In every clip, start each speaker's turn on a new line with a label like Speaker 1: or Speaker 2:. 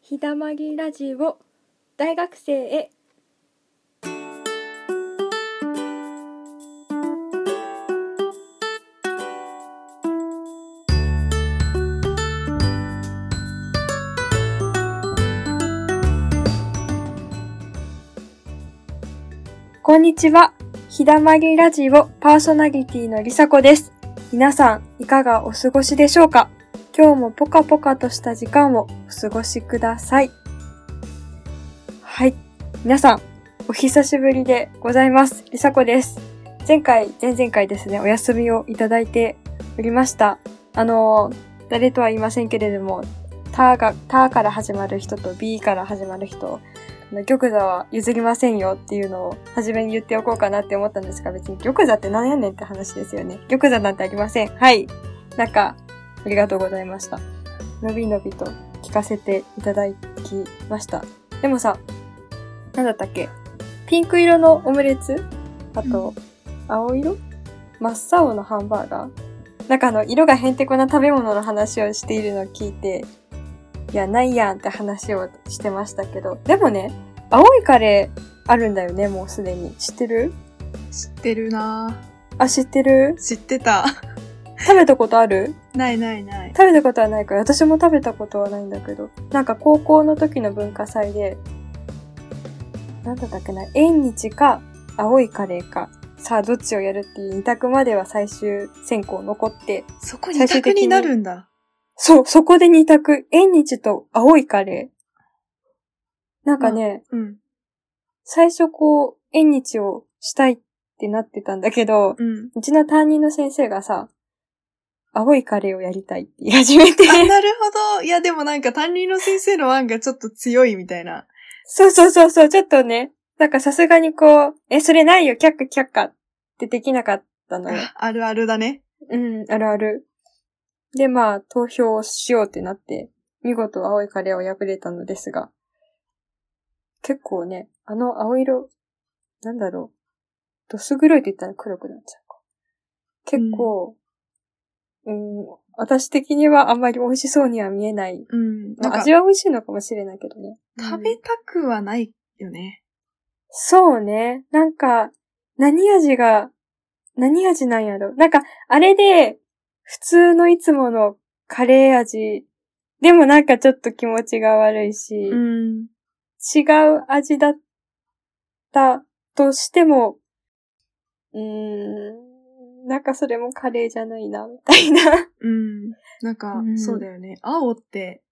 Speaker 1: ひだまぎラジオ大学生へこんにちはひだまぎラジオパーソナリティのりさこです皆さんいかがお過ごしでしょうか今日もポカポカとした時間をお過ごしください。はい。皆さん、お久しぶりでございます。りさこです。前回、前々回ですね、お休みをいただいておりました。あのー、誰とは言いませんけれども、たーが、たーから始まる人と B から始まる人、あの玉座は譲りませんよっていうのを初めに言っておこうかなって思ったんですが、別に玉座って何やねんって話ですよね。玉座なんてありません。はい。なんか、ありがとうございました。のびのびと聞かせていただきました。でもさ、なんだったっけピンク色のオムレツあと、青色真っ青のハンバーガーなんかあの、色がへんてこな食べ物の話をしているのを聞いて、いや、ないやんって話をしてましたけど、でもね、青いカレーあるんだよね、もうすでに。知ってる
Speaker 2: 知ってるな
Speaker 1: あ、知ってる
Speaker 2: ぁ知ってた。
Speaker 1: 食べたことある
Speaker 2: ないないない。
Speaker 1: 食べたことはないから私も食べたことはないんだけどなんか高校の時の文化祭でなんだったっけな縁日か青いカレーかさあどっちをやるっていう2択までは最終選考残って
Speaker 2: そこ
Speaker 1: 最
Speaker 2: 二
Speaker 1: 終
Speaker 2: 択
Speaker 1: 的に
Speaker 2: になるんだ。
Speaker 1: そうそこで2択縁日と青いカレーなんかね、
Speaker 2: うん。
Speaker 1: 最初こう縁日をしたいってなってたんだけど
Speaker 2: うん。
Speaker 1: うちの担任の先生がさ青いカレーをやりたいって言い始めて
Speaker 2: あ、なるほど。いや、でもなんか担任の先生の案がちょっと強いみたいな。
Speaker 1: そうそうそうそう、ちょっとね、なんかさすがにこう、え、それないよ、キャッカキャッカってできなかったのよ。
Speaker 2: あるあるだね。
Speaker 1: うん、あるある。で、まあ、投票をしようってなって、見事青いカレーを破れたのですが、結構ね、あの青色、なんだろう、どす黒いって言ったら黒くなっちゃうか。結構、うん、私的にはあんまり美味しそうには見えない。
Speaker 2: うん。
Speaker 1: まあ
Speaker 2: なんか
Speaker 1: 味は美味しいのかもしれないけどね。
Speaker 2: 食べたくはないよね。
Speaker 1: そうね。なんか、何味が、何味なんやろ。なんか、あれで、普通のいつものカレー味、でもなんかちょっと気持ちが悪いし、
Speaker 2: うん。
Speaker 1: 違う味だったとしても、うーん、なんかそれもカレーじゃないな、みたいな。
Speaker 2: うん。なんか、
Speaker 1: うん
Speaker 2: そうだよね。青って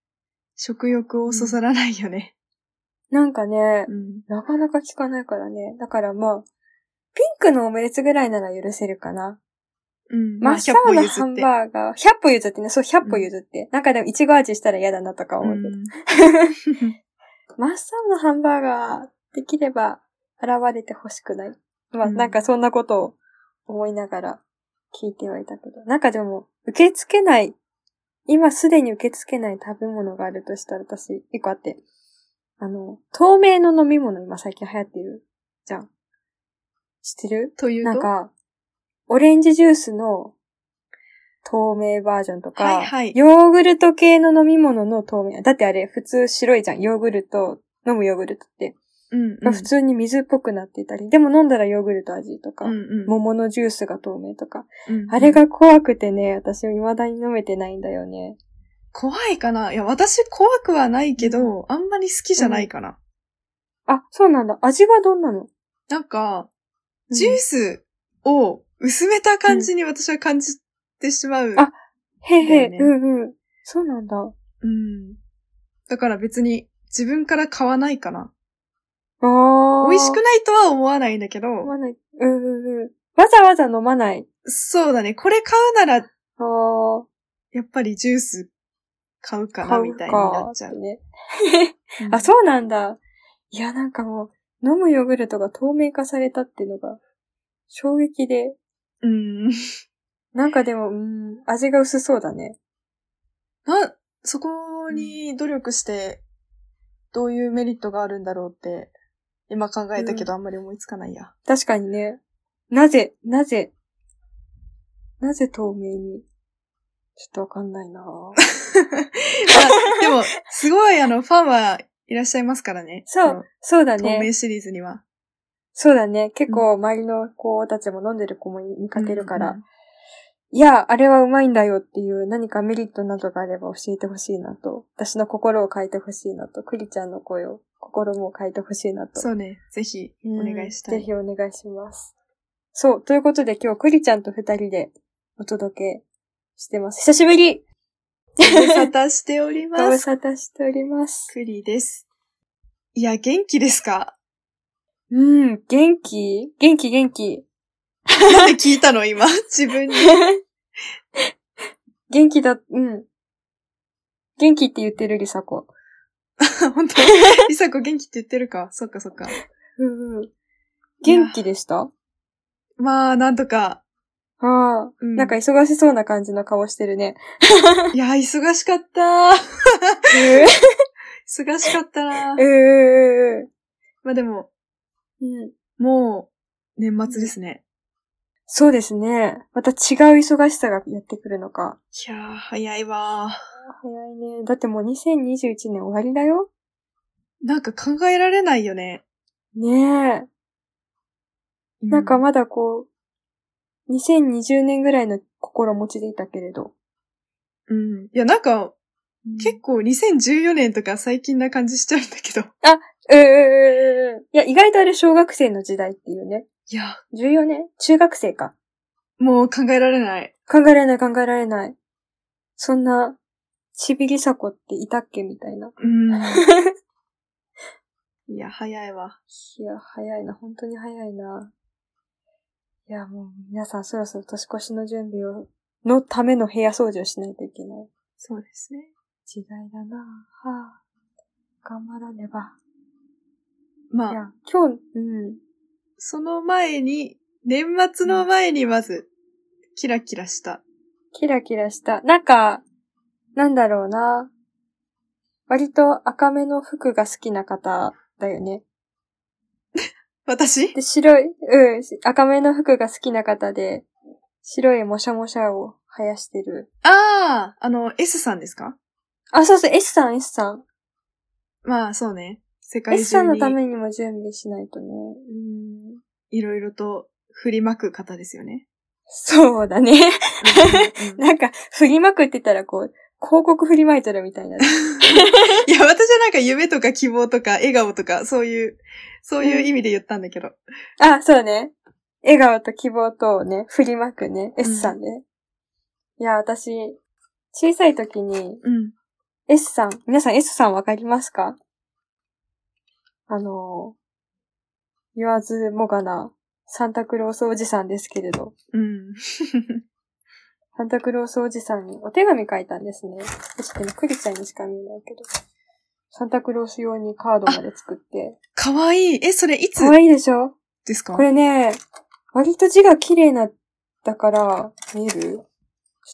Speaker 2: 食欲をそそらないよね。
Speaker 1: なんかね、
Speaker 2: うん。
Speaker 1: なかなか効かないからね。だからまあ、ピンクのオムレツぐらいなら許せるかな。
Speaker 2: うん。
Speaker 1: 真っ青なハン
Speaker 2: ー
Speaker 1: バーガー。100歩譲ってね、そう、100歩譲って。なんかでも、いちご味したら嫌だなとか思うけど。真っ青なハンバーガー、できれば、現れてほしくない。まあ、
Speaker 2: うん
Speaker 1: なんかそんなことを思いながら聞いてはいたけど。なんかでも、受け付けない、今すでに受け付けない食べ物があるとしたら、私、一個あって。あの、透明の飲み物今最近流行ってるじゃん。知ってる
Speaker 2: というと。
Speaker 1: なんか、オレンジジュースの透明バージョンとか、
Speaker 2: はいはい
Speaker 1: ヨーグルト系の飲み物の透明。だってあれ、普通白いじゃん。ヨーグルト、飲むヨーグルトって。
Speaker 2: うん、うん。
Speaker 1: まあ普通に水っぽくなっていたり、でも飲んだらヨーグルト味とか、
Speaker 2: うんうん、
Speaker 1: 桃のジュースが透明とか。
Speaker 2: うん
Speaker 1: あれが怖くてね、私は未だに飲めてないんだよね。
Speaker 2: 怖いかないや、私怖くはないけど、あんまり好きじゃないかな。
Speaker 1: あ、そうなんだ。味はどんなの
Speaker 2: なんか、ジュースを薄めた感じに私は感じてしまう。
Speaker 1: あへえへえ、
Speaker 2: だよね
Speaker 1: うんうん。そうなんだ。
Speaker 2: うん。だから別に自分から買わないかな。
Speaker 1: あ
Speaker 2: 美味しく
Speaker 1: い
Speaker 2: ないとは思わないんだけど、
Speaker 1: 飲まない。うんうんうん。わざわざ飲まない。
Speaker 2: そうだね。これ買うなら、
Speaker 1: あー。
Speaker 2: やっぱりジュース買うかな
Speaker 1: 買
Speaker 2: み
Speaker 1: う
Speaker 2: たいに
Speaker 1: か
Speaker 2: なっちゃう。
Speaker 1: ね。
Speaker 2: うん
Speaker 1: あ、そうなんだ。いや、なんかもう、飲むヨーグルトが透明化されたっていうのが、衝撃で。
Speaker 2: うん。
Speaker 1: なんかでも、うーん、味が薄そうだね。
Speaker 2: な、そこに努力して、どういうメリットがあるんだろうって、今考えたけどあんまり思いつ かないや。
Speaker 1: 確かにね。なぜ、なぜ、な ぜ透明に、ちょっとわかんないなぁ
Speaker 2: まあでも、すごい、あの、ファンはいらっしゃいますからね。
Speaker 1: そうそうだ
Speaker 2: この透明
Speaker 1: ね。
Speaker 2: シリーズには。
Speaker 1: そうだね。結構周りの子たちも飲んでる子も見かけるから。
Speaker 2: うんうん
Speaker 1: いや、あれはうまいんだよっていう何かメリットなどがあれば教えてほしいなと。私の心を変えてほしいなと。クリちゃんの声を、心も変えてほしいなと。
Speaker 2: そうね。ぜひ、お
Speaker 1: うん
Speaker 2: 願いした
Speaker 1: ぜ
Speaker 2: い。
Speaker 1: ひお願いします。そう。ということで今日、クリちゃんと二人でお届けしてます。久しぶり
Speaker 2: ご無沙汰しており
Speaker 1: ご
Speaker 2: ま
Speaker 1: 無
Speaker 2: す。
Speaker 1: 沙汰しております。
Speaker 2: クリです。いや、元気で すか
Speaker 1: うん、元気元気元気。
Speaker 2: なんで聞いたの今、自分に。
Speaker 1: 元気だ、うん。元気って言ってるりさこ。
Speaker 2: 本当りさこ元気って言ってるかそっかそっか。
Speaker 1: うんうん。元気でした
Speaker 2: まあ、なんとか。
Speaker 1: ああ、
Speaker 2: うん
Speaker 1: なんか忙しそうな感じの顔してるね。
Speaker 2: いや、忙しかっ た。
Speaker 1: う
Speaker 2: 忙しかった な。
Speaker 1: んうん
Speaker 2: まあでも、
Speaker 1: うん。
Speaker 2: もう、年末ですね。
Speaker 1: そうですね。また違う忙しさがやってくるのか。
Speaker 2: いやー、早いわ
Speaker 1: 早いね。だってもう2021年終わりだよ。
Speaker 2: ー。なんか考えられないよね。
Speaker 1: ねえ。
Speaker 2: う
Speaker 1: なんかまだこう、2020年ぐらいの心持ちでいたけれど。
Speaker 2: うん。いや、なんか、結構2014年とか最近な感じしちゃうんだけど。
Speaker 1: うんうんうんうん。いや、意外とあれ小学生の時代っていうね。
Speaker 2: いや、
Speaker 1: 14年中学生か。
Speaker 2: もう考えられない。
Speaker 1: 考えられない考えられない。そんな、ちびりさこっていたっけみたいな。
Speaker 2: うん。いや、早いわ。
Speaker 1: いや、早いな。本当に早いな。いや、もう皆さんそろそろ年越しの準備を、のための部屋掃除をしないといけない。
Speaker 2: そうですね。
Speaker 1: 時代だなはあ、頑張らねば。い
Speaker 2: まあ、
Speaker 1: や、今日、うん。
Speaker 2: その前に、年末の前にまず、キラキラした。
Speaker 1: キラキラした。なんか、なんだろうな。割と赤めの服が好きな方だよね。
Speaker 2: 私
Speaker 1: で、白い、うん、し赤めの服が好きな方で、白いもしゃもしゃを生やしてる。
Speaker 2: ああ、あの、S さんですか
Speaker 1: あ、そうそう、S さん、S さん。
Speaker 2: まあ、そうね。世界
Speaker 1: S さんのた
Speaker 2: 中
Speaker 1: め
Speaker 2: に
Speaker 1: にも準備しないとね。うん。
Speaker 2: いろいろと振りまく方ですよ ね。
Speaker 1: そうだね。
Speaker 2: うんうん
Speaker 1: なんか、振りまくってたらこう、広告振りまいてるみたいな。
Speaker 2: いや、私はなんか夢とか希望とか笑顔とか、そういう、そういう意味で言ったんだけど。
Speaker 1: あ、そうね。笑顔と希望とをね、振りまくね、S さんね。いや、私、小さい時に
Speaker 2: うん。
Speaker 1: S さん、皆さん S さんわかりますかあの、言わずもがな、サンタクロースおじさんですけれど、
Speaker 2: うん。
Speaker 1: サンタクロースおじさんにお手紙書いたんですね。ちょっと今クリちゃんにしか見えないけど。サンタクロース用にカードまで作って。
Speaker 2: かわいい。え、それいつ
Speaker 1: かわいいでしょ
Speaker 2: ですか
Speaker 1: これね、割と字が綺麗な、だから、見えるちょっ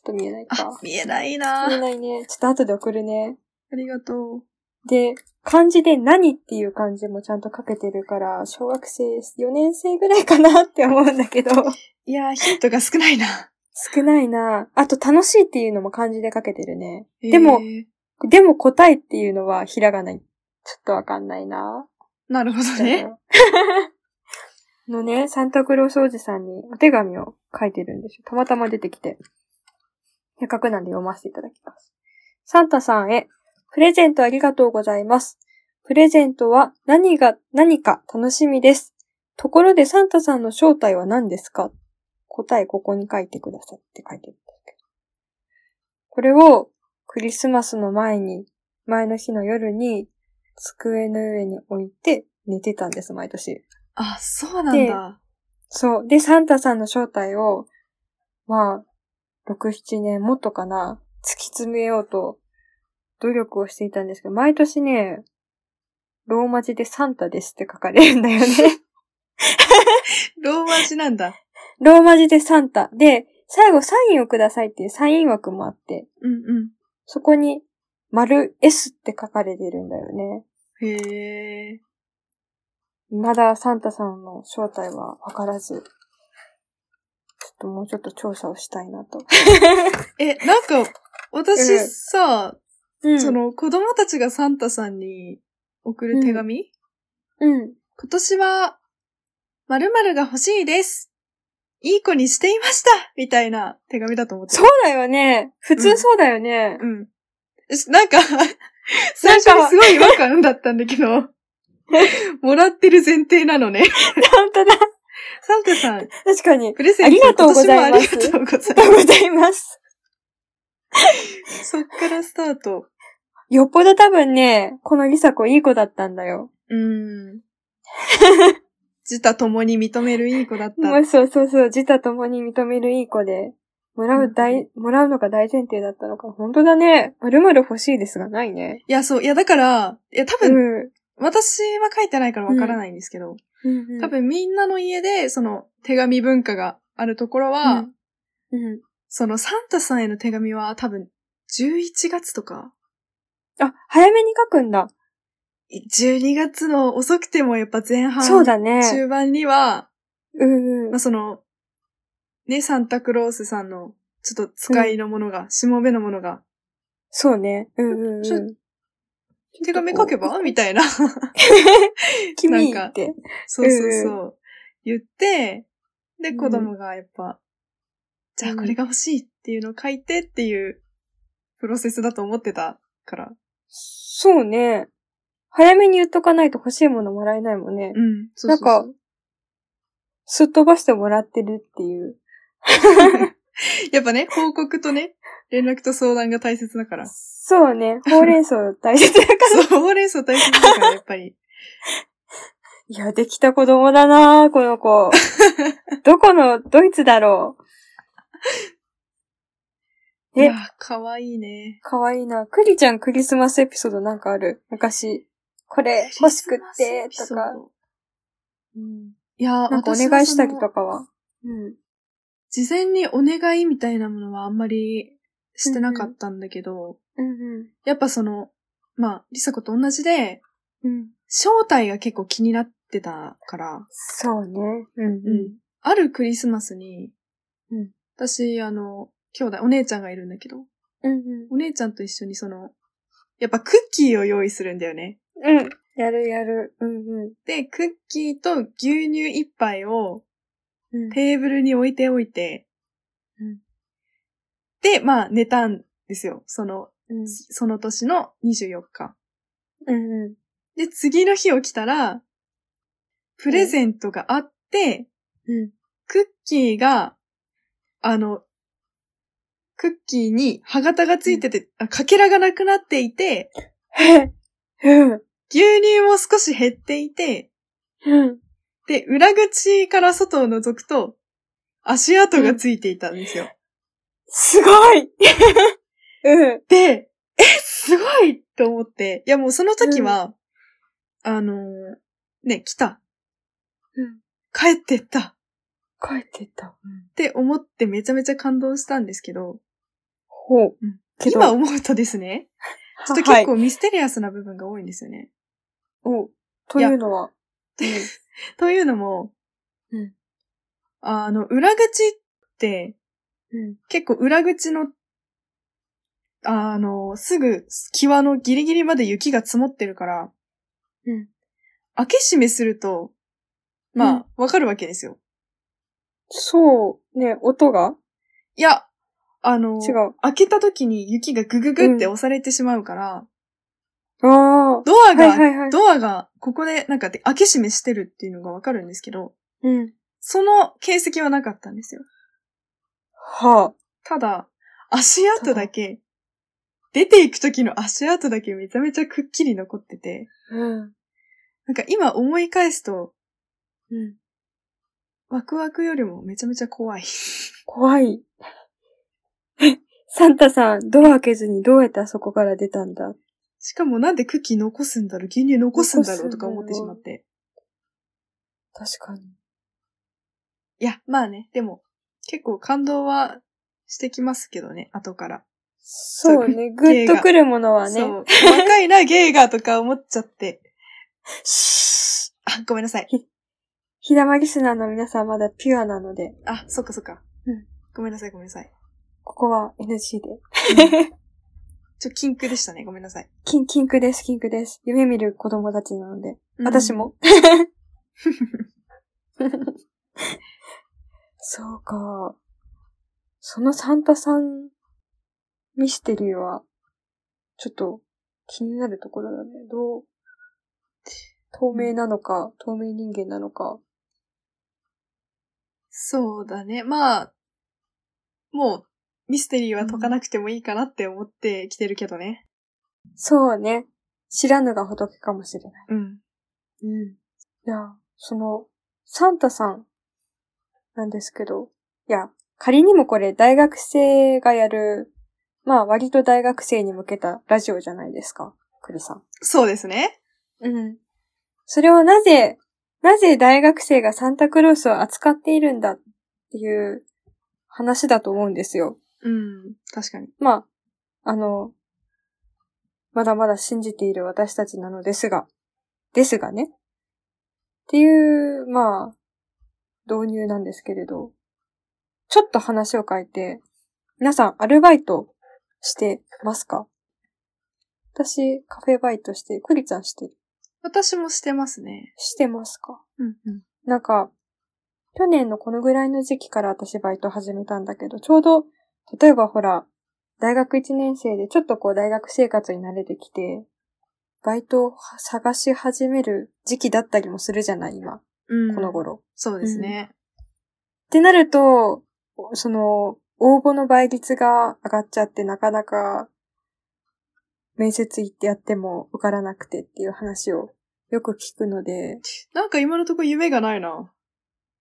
Speaker 1: と見えない
Speaker 2: あ
Speaker 1: か、。
Speaker 2: 見えない
Speaker 1: 見え
Speaker 2: なあ
Speaker 1: ないね。ちょっと後で送るね。
Speaker 2: りがとう。
Speaker 1: で、漢字で何っていう漢字もちゃんと書けてるから、小学生4年生ぐらいかなって思うんだけど、
Speaker 2: いやー、ヒントが少ない な。
Speaker 1: 少ないな。あと楽しいっていうのも漢字で書けてるね。でも
Speaker 2: えー、
Speaker 1: でも答えっていうのはひらがな。ちょっとわかんないな。
Speaker 2: なるほど ね。
Speaker 1: のね、サンタクロースおじさんにお手紙を書いてるんですよ。たまたま出てきて。せっかくなんで読ませていただきます。サンタさんへ、プレゼントありがとうございます。プレゼントは何が、何か楽しみです。ところでサンタさんの正体は何ですか答えここに書いてくださいって書いてるんですけど。これをクリスマスの前に、前の日の夜に机の上に置いて寝てたんです、毎年。
Speaker 2: あ、そうなんだ。
Speaker 1: そう。で、サンタさんの正体を、まあ、6、7年もっとかな、突き詰めようと努力をしていたんですけど、毎年ね、ローマ字でサンタですって書かれるんだよね。
Speaker 2: ローマ字なんだ。
Speaker 1: ローマ字でサンタ。で、最後サインをくださいっていうサイン枠もあって、
Speaker 2: うんうん。
Speaker 1: そこに、丸 S って書かれてるんだよね。
Speaker 2: へえ。
Speaker 1: まだサンタさんの正体はわからず、ちょっともうちょっと調査をしたいなと。
Speaker 2: え、なんか、
Speaker 1: う
Speaker 2: 私
Speaker 1: ん
Speaker 2: さ、
Speaker 1: うん。
Speaker 2: そ、の子供たちがサンタさんに送る手紙、
Speaker 1: うん。
Speaker 2: 今年は、〇〇が欲しいです。いい子にしていましたみたいな手紙だと思ってる
Speaker 1: そうだよね。普通そうだよね。
Speaker 2: うん。しなん か、最初にすごい違和感だったんだけど、 もらってる前提なのね。
Speaker 1: 本当だ。
Speaker 2: サンタさん、
Speaker 1: 確かに。
Speaker 2: プレゼ
Speaker 1: あ
Speaker 2: ント
Speaker 1: りがとうございます
Speaker 2: 今年もありがとうござ
Speaker 1: あ
Speaker 2: い
Speaker 1: りがとうございます。
Speaker 2: ます。そっからスタート。
Speaker 1: よっぽど多分ね、このリサ子いい子だったんだよ。
Speaker 2: うん。自他共に認めるいい子だった。
Speaker 1: もうそうそうそう、自他共に認めるいい子で、もらう大、もらうのが大前提だったのか。本当だね。まるまる欲しいですがないね。
Speaker 2: いや、そう、いや、だから、いや、多
Speaker 1: う
Speaker 2: 分、
Speaker 1: ん。
Speaker 2: 私は書いてないからわからないんですけど、
Speaker 1: うんうん
Speaker 2: 多、分みんなの家で、その、手紙文化があるところは、
Speaker 1: うんうん。
Speaker 2: そのサンタさんへの手紙は多分、11月とか、
Speaker 1: あ、早めに書くんだ。
Speaker 2: 12月の遅くてもやっぱ前半、
Speaker 1: そうだね。
Speaker 2: 中盤には、
Speaker 1: うんう
Speaker 2: まあ、
Speaker 1: ん。
Speaker 2: その、ね、サンタクロースさんの、ちょっと使いのものが、しもべのものが、
Speaker 1: そうね。うんうん
Speaker 2: ちょ
Speaker 1: うん。
Speaker 2: 手紙書けばみたいな。 そ
Speaker 1: 君
Speaker 2: なんか
Speaker 1: って。
Speaker 2: うそうそうう。言って、で、
Speaker 1: うん
Speaker 2: 子供がやっぱ、じゃあこれが欲しいっていうのを書いてっていう、プロセスだと思ってたから。
Speaker 1: そうね。早めに言っとかないと欲しいものもらえないもんね。
Speaker 2: うん。そ
Speaker 1: な
Speaker 2: うんそうそう
Speaker 1: か、すっ飛ばしてもらってるっていう。
Speaker 2: やっぱね、報告 とね、連絡と相談が大切だから。そ
Speaker 1: そうね。ほうれん草大 切だから。
Speaker 2: う、ほうれん草大切だから、やっぱり。
Speaker 1: いや、できた子供だなぁこの 子。どこのドイツだろう。
Speaker 2: い
Speaker 1: え
Speaker 2: や、、かわいいね。
Speaker 1: かわいいな。クリちゃんクリスマスエピソードなんかある昔。これ欲しくって、とか。。
Speaker 2: うん、いや、
Speaker 1: なんかお
Speaker 2: 私は
Speaker 1: 願いしたり
Speaker 2: その
Speaker 1: とかは。うん。
Speaker 2: 事前にお願いみたいなものはあんまりしてなかったんだけど、
Speaker 1: うん
Speaker 2: やっぱその、まあ、りさ子と同じで、
Speaker 1: うん。うん。
Speaker 2: 正体が結構気になってたから、
Speaker 1: そうね。うん
Speaker 2: あるクリスマスに、
Speaker 1: うん
Speaker 2: 私、あの、兄弟、お姉ちゃんがいるんだけど、
Speaker 1: うん。うん
Speaker 2: お姉ちゃんと一緒にその、やっぱクッキーを用意するんだよね。
Speaker 1: うん。うん。やるやる。うんう
Speaker 2: で、クッキーと牛乳一杯を
Speaker 1: ん。うん
Speaker 2: テーブルに置いておいて、
Speaker 1: うん
Speaker 2: で、まあ寝たんですよ。その、
Speaker 1: うん
Speaker 2: その年の24日。
Speaker 1: うんう
Speaker 2: で、次の日起きたら、プレゼントがあって、
Speaker 1: ん。うん。
Speaker 2: クッキーが、あの、クッキーに歯型がついてて、あかけらがなくなっていて、
Speaker 1: へうん。
Speaker 2: 牛乳も少し減っていて、
Speaker 1: うん。
Speaker 2: で、裏口から外を覗くと、足跡がついていたんですよ。
Speaker 1: すごい うん。
Speaker 2: で、え、すごいと思って、いやもうその時は、あのーね、来た。
Speaker 1: うん。
Speaker 2: 帰ってった。っ
Speaker 1: 書いてた。うん。
Speaker 2: て思ってめちゃめちゃ感動したんですけど、
Speaker 1: ほう
Speaker 2: うん。
Speaker 1: けど
Speaker 2: 今思うとですね、ちょっと結構ミステリアスな部分が多いんですよね。
Speaker 1: おというのは。
Speaker 2: というのも、
Speaker 1: うん
Speaker 2: あの、裏口って、
Speaker 1: うん。うん
Speaker 2: 結構裏口の、あの、すぐ際のギリギリまで雪が積もってるから、
Speaker 1: うん
Speaker 2: 開け閉めすると、まあ、わ、かるわけですよ。
Speaker 1: そう。ね、音が
Speaker 2: いや、あの、
Speaker 1: 違う。
Speaker 2: 開けた時に雪がグググって押されてしまうから、
Speaker 1: あ
Speaker 2: ドア
Speaker 1: あ。は
Speaker 2: が、
Speaker 1: いはいはい。
Speaker 2: ドアが、ここでなんかで開け閉めしてるっていうのがわかるんですけど、
Speaker 1: うん。
Speaker 2: その形跡はなかったんですよ。
Speaker 1: はあ。
Speaker 2: ただ、足跡だけ、出ていく時の足跡だけめちゃめちゃくっきり残ってて、
Speaker 1: うん。
Speaker 2: なんか今思い返すと、
Speaker 1: うん。
Speaker 2: ワクワクよりもめちゃめちゃ怖い。
Speaker 1: 怖い。サンタさん、ドア開けずにどうやってあそこから出たんだ
Speaker 2: しかもなんでクッキー残すんだろう牛乳残すんだろうとか思ってしまって。
Speaker 1: 確かに。
Speaker 2: いや、まあね、でも、結構感動はしてきますけどね、後から。
Speaker 1: そうね、グッとくるものはね。
Speaker 2: そう。若いな、ゲイがとか思っちゃって。
Speaker 1: シー
Speaker 2: あ、ごめんなさい。
Speaker 1: ひだまリスナーの皆さんまだピュアなので、
Speaker 2: あ、そっかそっか。
Speaker 1: うん
Speaker 2: ごめんなさい、ごめんなさい。
Speaker 1: ここは NG で。
Speaker 2: ちょ、禁句でしたね。ごめんなさい。
Speaker 1: キン、キンクです、キンクです。夢見る子供たちなので。
Speaker 2: うん
Speaker 1: 私。 も。そうか。そのサンタさんミステリーは、ちょっと気になるところだね。どう、透明なのか、透明人間なのか。
Speaker 2: そうだね。まあ、もう、ミステリーは解かなくてもいいかなって思ってきてるけどね。
Speaker 1: そうね。知らぬが仏かもしれない。
Speaker 2: うん。
Speaker 1: うん。いや、その、サンタさんなんですけど、いや、仮にもこれ大学生がやる、まあ割と大学生に向けたラジオじゃないですか、栗さん。
Speaker 2: そうですね。
Speaker 1: うん。それをなぜ、なぜ大学生がサンタクロースを扱っているんだっていう話だと思うんですよ。
Speaker 2: うん。確かに。
Speaker 1: まあ、あの、まだまだ信じている私たちなのですが、ですがね。っていう、まあ、導入なんですけれど、ちょっと話を変えて、皆さんアルバイトしてますか私、カフェバイトして、クリちゃんして、
Speaker 2: 私もしてますね。
Speaker 1: してますか
Speaker 2: うんうん。
Speaker 1: なんか、去年のこのぐらいの時期から私バイト始めたんだけど、ちょうど、例えばほら、大学1年生でちょっとこう大学生活に慣れてきて、バイトを探し始める時期だったりもするじゃない、今、
Speaker 2: うん。
Speaker 1: この。頃。
Speaker 2: そうですね。
Speaker 1: ってなると、その、応募の倍率が上がっちゃって、なかなか、面接行ってやっても受からなくてっていう話をよく聞くので、
Speaker 2: なんか今のとこ夢がないな。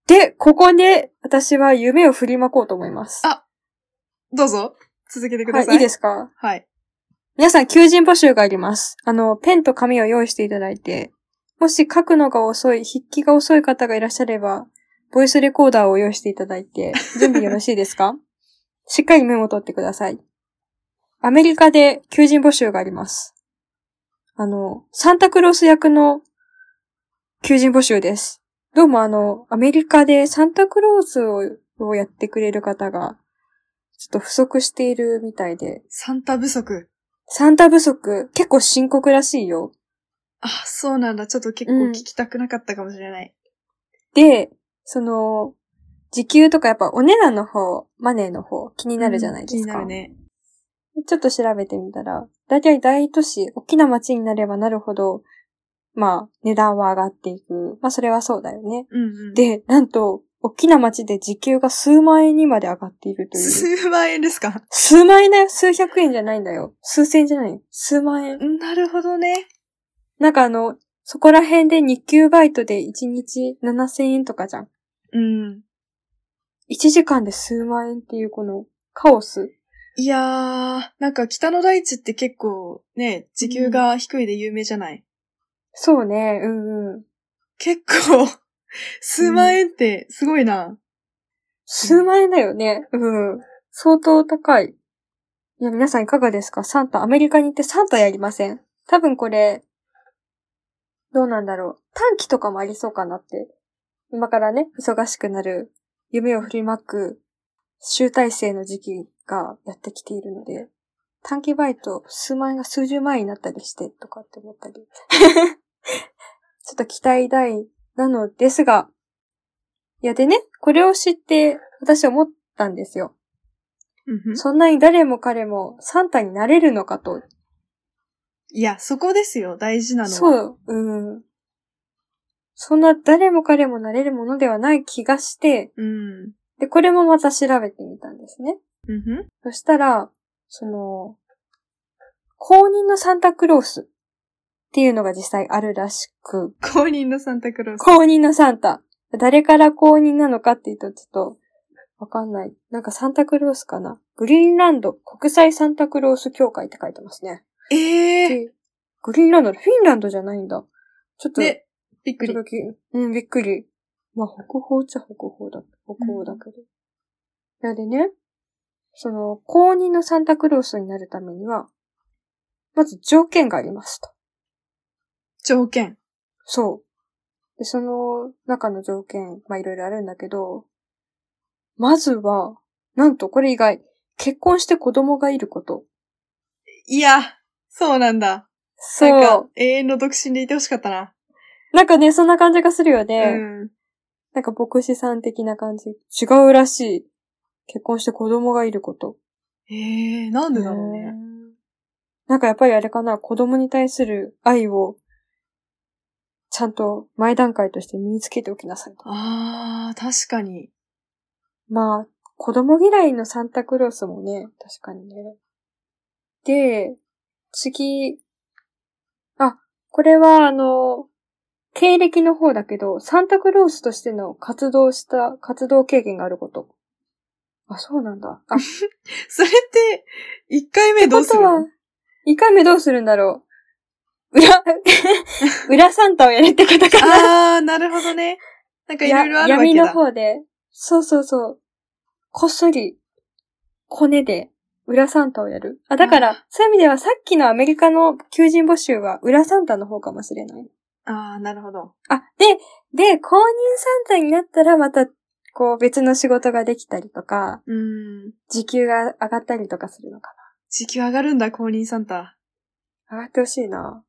Speaker 1: で、ここで私は夢を振りまこうと思います。
Speaker 2: あどうぞ。続けてくだ
Speaker 1: は
Speaker 2: さ
Speaker 1: い、
Speaker 2: い。
Speaker 1: いいですか
Speaker 2: はい。
Speaker 1: 皆さん、求人募集があります。あの、ペンと紙を用意していただいて、もし書くのが遅い、筆記が遅い方がいらっしゃれば、ボイスレコーダーを用意していただいて、準備よろしいですかしっかりメモを取ってください。アメリカで求人募集があります。あの、サンタクロース役の求人募集です。どうもあの、アメリカでサンタクロースををやってくれる方が、ちょっと不足しているみたいで、
Speaker 2: サンタ不足。
Speaker 1: サンタ不足、結構深刻らしいよ。
Speaker 2: あ、そうなんだ。ちょっと結
Speaker 1: うん
Speaker 2: 構聞きたくなかったかもしれない。
Speaker 1: で、その、時給とかやっぱお値段の方、マネーの方、気になるじゃないですか。
Speaker 2: うん気になるね。
Speaker 1: ちょっと調べてみたら、だいたい大都市、大きな町になればなるほど、まあ、値段は上がっていく。まあ、それはそうだよね。
Speaker 2: うんうん。、
Speaker 1: で、なんと、大きな町で時給が数万円にまで上がっているという。
Speaker 2: 数万円ですか。
Speaker 1: 数万円だよ数百円じゃないんだよ。数千円じゃない。数万円。
Speaker 2: なるほどね。
Speaker 1: なんかあの、そこら辺で日給バイトで1日7000円とかじゃん。
Speaker 2: うん。
Speaker 1: 1時間で数万円っていうこのカオス。
Speaker 2: いやー、なんか北の大地って結構ね、時給が低いで有名じゃない、
Speaker 1: そうね、うんうん。
Speaker 2: 結構、数万円ってすごいな。
Speaker 1: 数万円だよね。うん。相当高い。いや、皆さんいかがですかサンタ、アメリカに行ってサンタやりません多分これ、どうなんだろう。短期とかもありそうかなって。今からね、忙しくなる、夢を振りまく、集大成の時期がやってきているので、短期バイト、数万円が数十万円になったりして、とかって思ったり。ちょ っと期待大なのですが、いやでね、これを知って私思ったんですよ。
Speaker 2: うん
Speaker 1: そんなに誰も彼もサンタになれるのかと。
Speaker 2: いや、そこですよ、大事なのは。。
Speaker 1: そうう、うん。そんな誰も彼もなれるものではない気がして、
Speaker 2: うん。
Speaker 1: で、これもまた調べてみたんですね。
Speaker 2: うんふん
Speaker 1: そしたら、その、公認のサンタクロースっていうのが実際あるらしく、
Speaker 2: 公認のサンタクロース。
Speaker 1: 公認のサンタ。誰から公認なのかっていうとちょっと、わかんない。なんかサンタクロースかな。グリーンランド国際サンタクロース協会って書いてますね。
Speaker 2: ええ
Speaker 1: でグリーンランド、フィンランドじゃないんだ。ちょっ
Speaker 2: ー。
Speaker 1: と、
Speaker 2: ね、びっくり。
Speaker 1: 驚き。うん、びっくり。まあ、北方っちゃ北方だ、北方だけど。いやでね、その、公認のサンタクロースになるためには、まず条件がありますと。
Speaker 2: 条件。
Speaker 1: そう。で、その中の条件、まあ、いろいろあるんだけど、まずは、なんとこれ以外、結婚して子供がいること。
Speaker 2: いや、そうなんだ。
Speaker 1: そう。
Speaker 2: な
Speaker 1: なん
Speaker 2: んか
Speaker 1: か、
Speaker 2: 永遠の独身でいてほしかったな。
Speaker 1: ね、そんな感じがするよね。
Speaker 2: うん。
Speaker 1: なんか牧師さん的な感じ。違うらしい。結婚して子供がいること。
Speaker 2: ええー、なんでだろうね。
Speaker 1: なんかやっぱりあれかな、子供に対する愛を、ちゃんと前段階として身につけておきなさいと。
Speaker 2: ああ、確かに。
Speaker 1: まあ、子供嫌いのサンタクロースもね、確かにね。で、次、あ、これはあの、経歴の方だけど、サンタクロースとしての活動した、活動経験があること。あ、そうなんだ。あ、
Speaker 2: それって、一回目どうする
Speaker 1: は、一回目どうするんだろう。裏、 裏サンタをやるってことかな。
Speaker 2: ああ、なるほ どね。なんかいろいろあるわ
Speaker 1: 闇
Speaker 2: け
Speaker 1: の
Speaker 2: だ。
Speaker 1: 方で。そうそうそう。こっそり、コネで、裏サンタをやる。あ、だか
Speaker 2: あー
Speaker 1: ら、そういう意味ではさっきのアメリカの求人募集は裏サンタの方かもしれない。
Speaker 2: ああ、なるほど。
Speaker 1: あ、で、で、公認サンタになったらまた、こう別の仕事ができたりとか、
Speaker 2: うん。
Speaker 1: 時給が上がったりとかするのか
Speaker 2: 時給上がるんだ、公認サンタ。
Speaker 1: 上がってほしいな。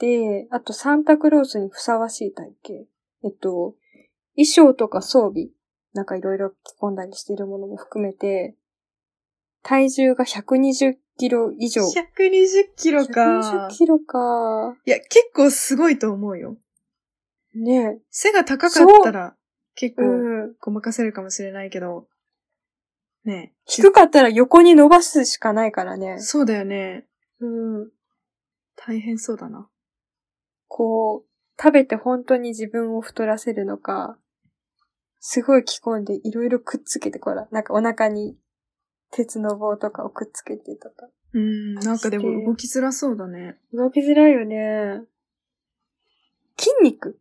Speaker 1: で、あとサンタクロースにふさわしい体型。えっと、衣装とか装備、なんかいろいろ着込んだりしているものも含めて、体重が120キロ以上。
Speaker 2: 120キロか
Speaker 1: 120。キロか。
Speaker 2: いや、結構すごいと思うよ。
Speaker 1: ね
Speaker 2: 背が高かったら、結
Speaker 1: え。
Speaker 2: 構
Speaker 1: うん。
Speaker 2: ごまかせるかもしれないけど。ね
Speaker 1: 低かったら横に伸ばすしかないからね。
Speaker 2: そうだよね。
Speaker 1: うん。
Speaker 2: 大変そうだな。
Speaker 1: こう、食べて本当に自分を太らせるのか、すごい着込んでいろいろくっつけて、こら、なんかお腹に鉄の棒とかをくっつけてとか。
Speaker 2: うん、なんかで
Speaker 1: そして
Speaker 2: も動きづらそうだね。
Speaker 1: 動きづらいよね。筋肉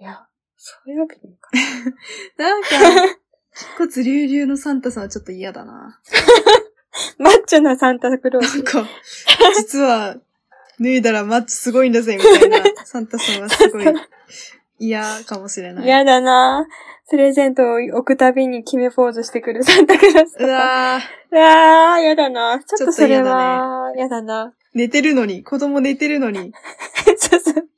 Speaker 1: いや、そういうわけにもいかない。
Speaker 2: なんか、 骨隆々のサンタさんはちょっと嫌だな。
Speaker 1: マッチョなサンタクロー
Speaker 2: な
Speaker 1: ス
Speaker 2: ん。か、実は、脱いだらマッチすごいんだぜ、みた いな。サンタさんはすごい嫌かもしれない。
Speaker 1: 嫌だなプレゼントを置くたびに決めポーズしてくるサンタクロースと
Speaker 2: う
Speaker 1: か。
Speaker 2: わー
Speaker 1: うわー、嫌だなちょっとそれ
Speaker 2: ちょっと嫌
Speaker 1: は、嫌だな
Speaker 2: 寝てるのに、子供寝てるのに、
Speaker 1: そうそう。